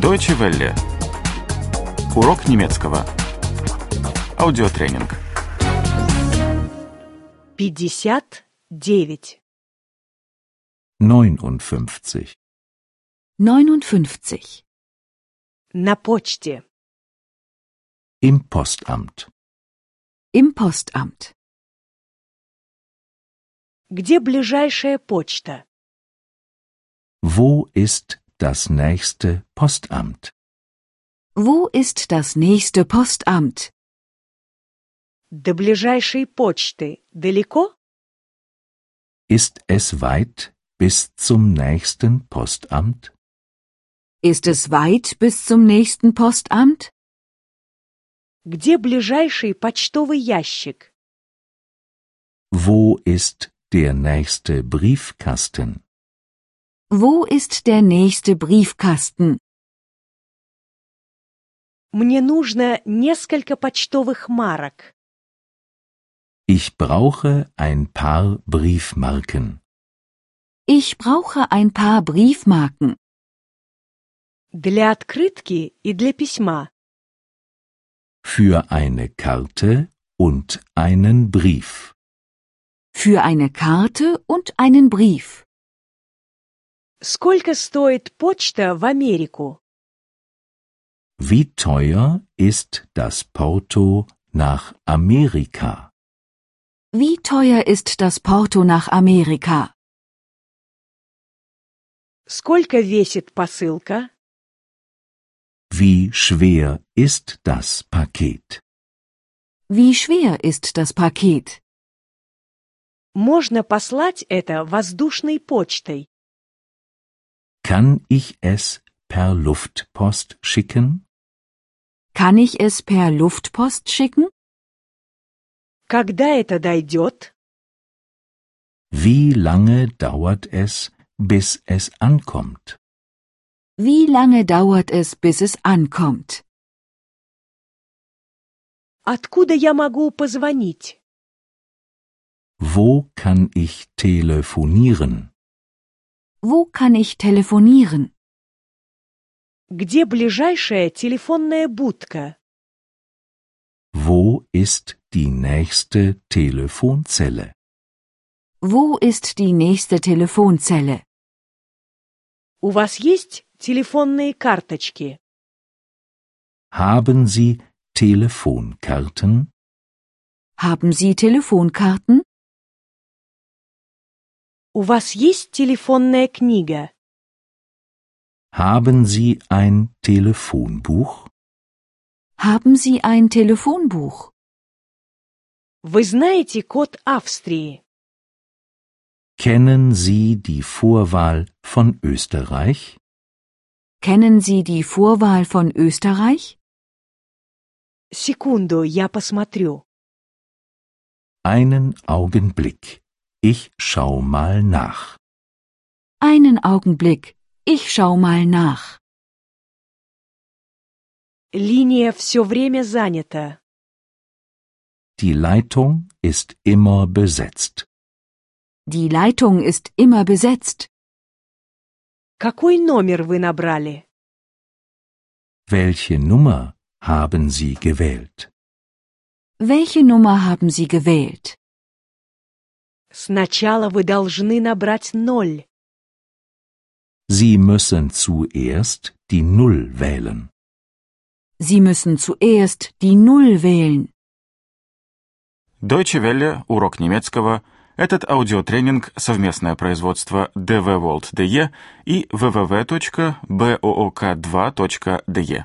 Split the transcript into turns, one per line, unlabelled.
Deutsche Welle. Урок немецкого. Аудиотренинг.
59.
59.
59.
На почте.
Im Postamt.
Im Postamt.
Где ближайшая почта?
Wo ist das nächste Postamt?
Wo ist das nächste Postamt?
До ближайшей почты далеко?
Ist es weit bis zum nächsten Postamt?
Ist es weit bis zum nächsten Postamt?
Где ближайший почтовый ящик?
Wo ist der nächste Briefkasten?
Wo ist der nächste Briefkasten?
Мне нужно несколько почтовых марок.
Ich brauche ein paar Briefmarken.
Ich brauche ein paar Briefmarken.
Для открытки и для письма.
Für eine Karte und einen Brief.
Für eine Karte und einen Brief.
Сколько стоит почта в Америку?
Wie teuer ist das Porto nach Amerika?
Wie teuer ist das Porto nach Amerika?
Сколько весит посылка?
Wie schwer ist das Paket?
Wie schwer ist das Paket?
Можно послать это воздушной почтой.
Kann ich es per Luftpost schicken?
Kann ich es per Luftpost schicken?
Когда это дойдет?
Wie lange dauert es, bis es ankommt?
Wie lange dauert es, bis es ankommt?
Откуда я могу позвонить?
Wo kann ich telefonieren?
Wo kann ich telefonieren?
Где ближайшая телефонная будка?
Wo ist die nächste Telefonzelle?
Wo ist die nächste Telefonzelle?
У вас есть телефонные карточки?
Haben Sie Telefonkarten?
Haben Sie Telefonkarten?
У вас есть телефонная книга?
Haben Sie ein Telefonbuch?
Haben Sie ein Telefonbuch?
Вы знаете код Австрии?
Kennen Sie die Vorwahl von Österreich?
Kennen Sie die Vorwahl von Österreich?
Секунду, я посмотрю.
Einen Augenblick. Ich schau mal nach.
Einen Augenblick, ich schau mal nach.
Линия все время занята.
Die Leitung ist immer besetzt.
Die Leitung ist immer besetzt.
Какой номер вы набрали?
Welche Nummer haben Sie gewählt?
Welche Nummer haben Sie gewählt?
Сначала вы должны набрать ноль.
Sie müssen zuerst die Null wählen.
Sie müssen zuerst die Null wählen.
Deutsche Welle. Урок немецкого. Этот аудиотренинг – совместное производство DW World DE и www.book2.de.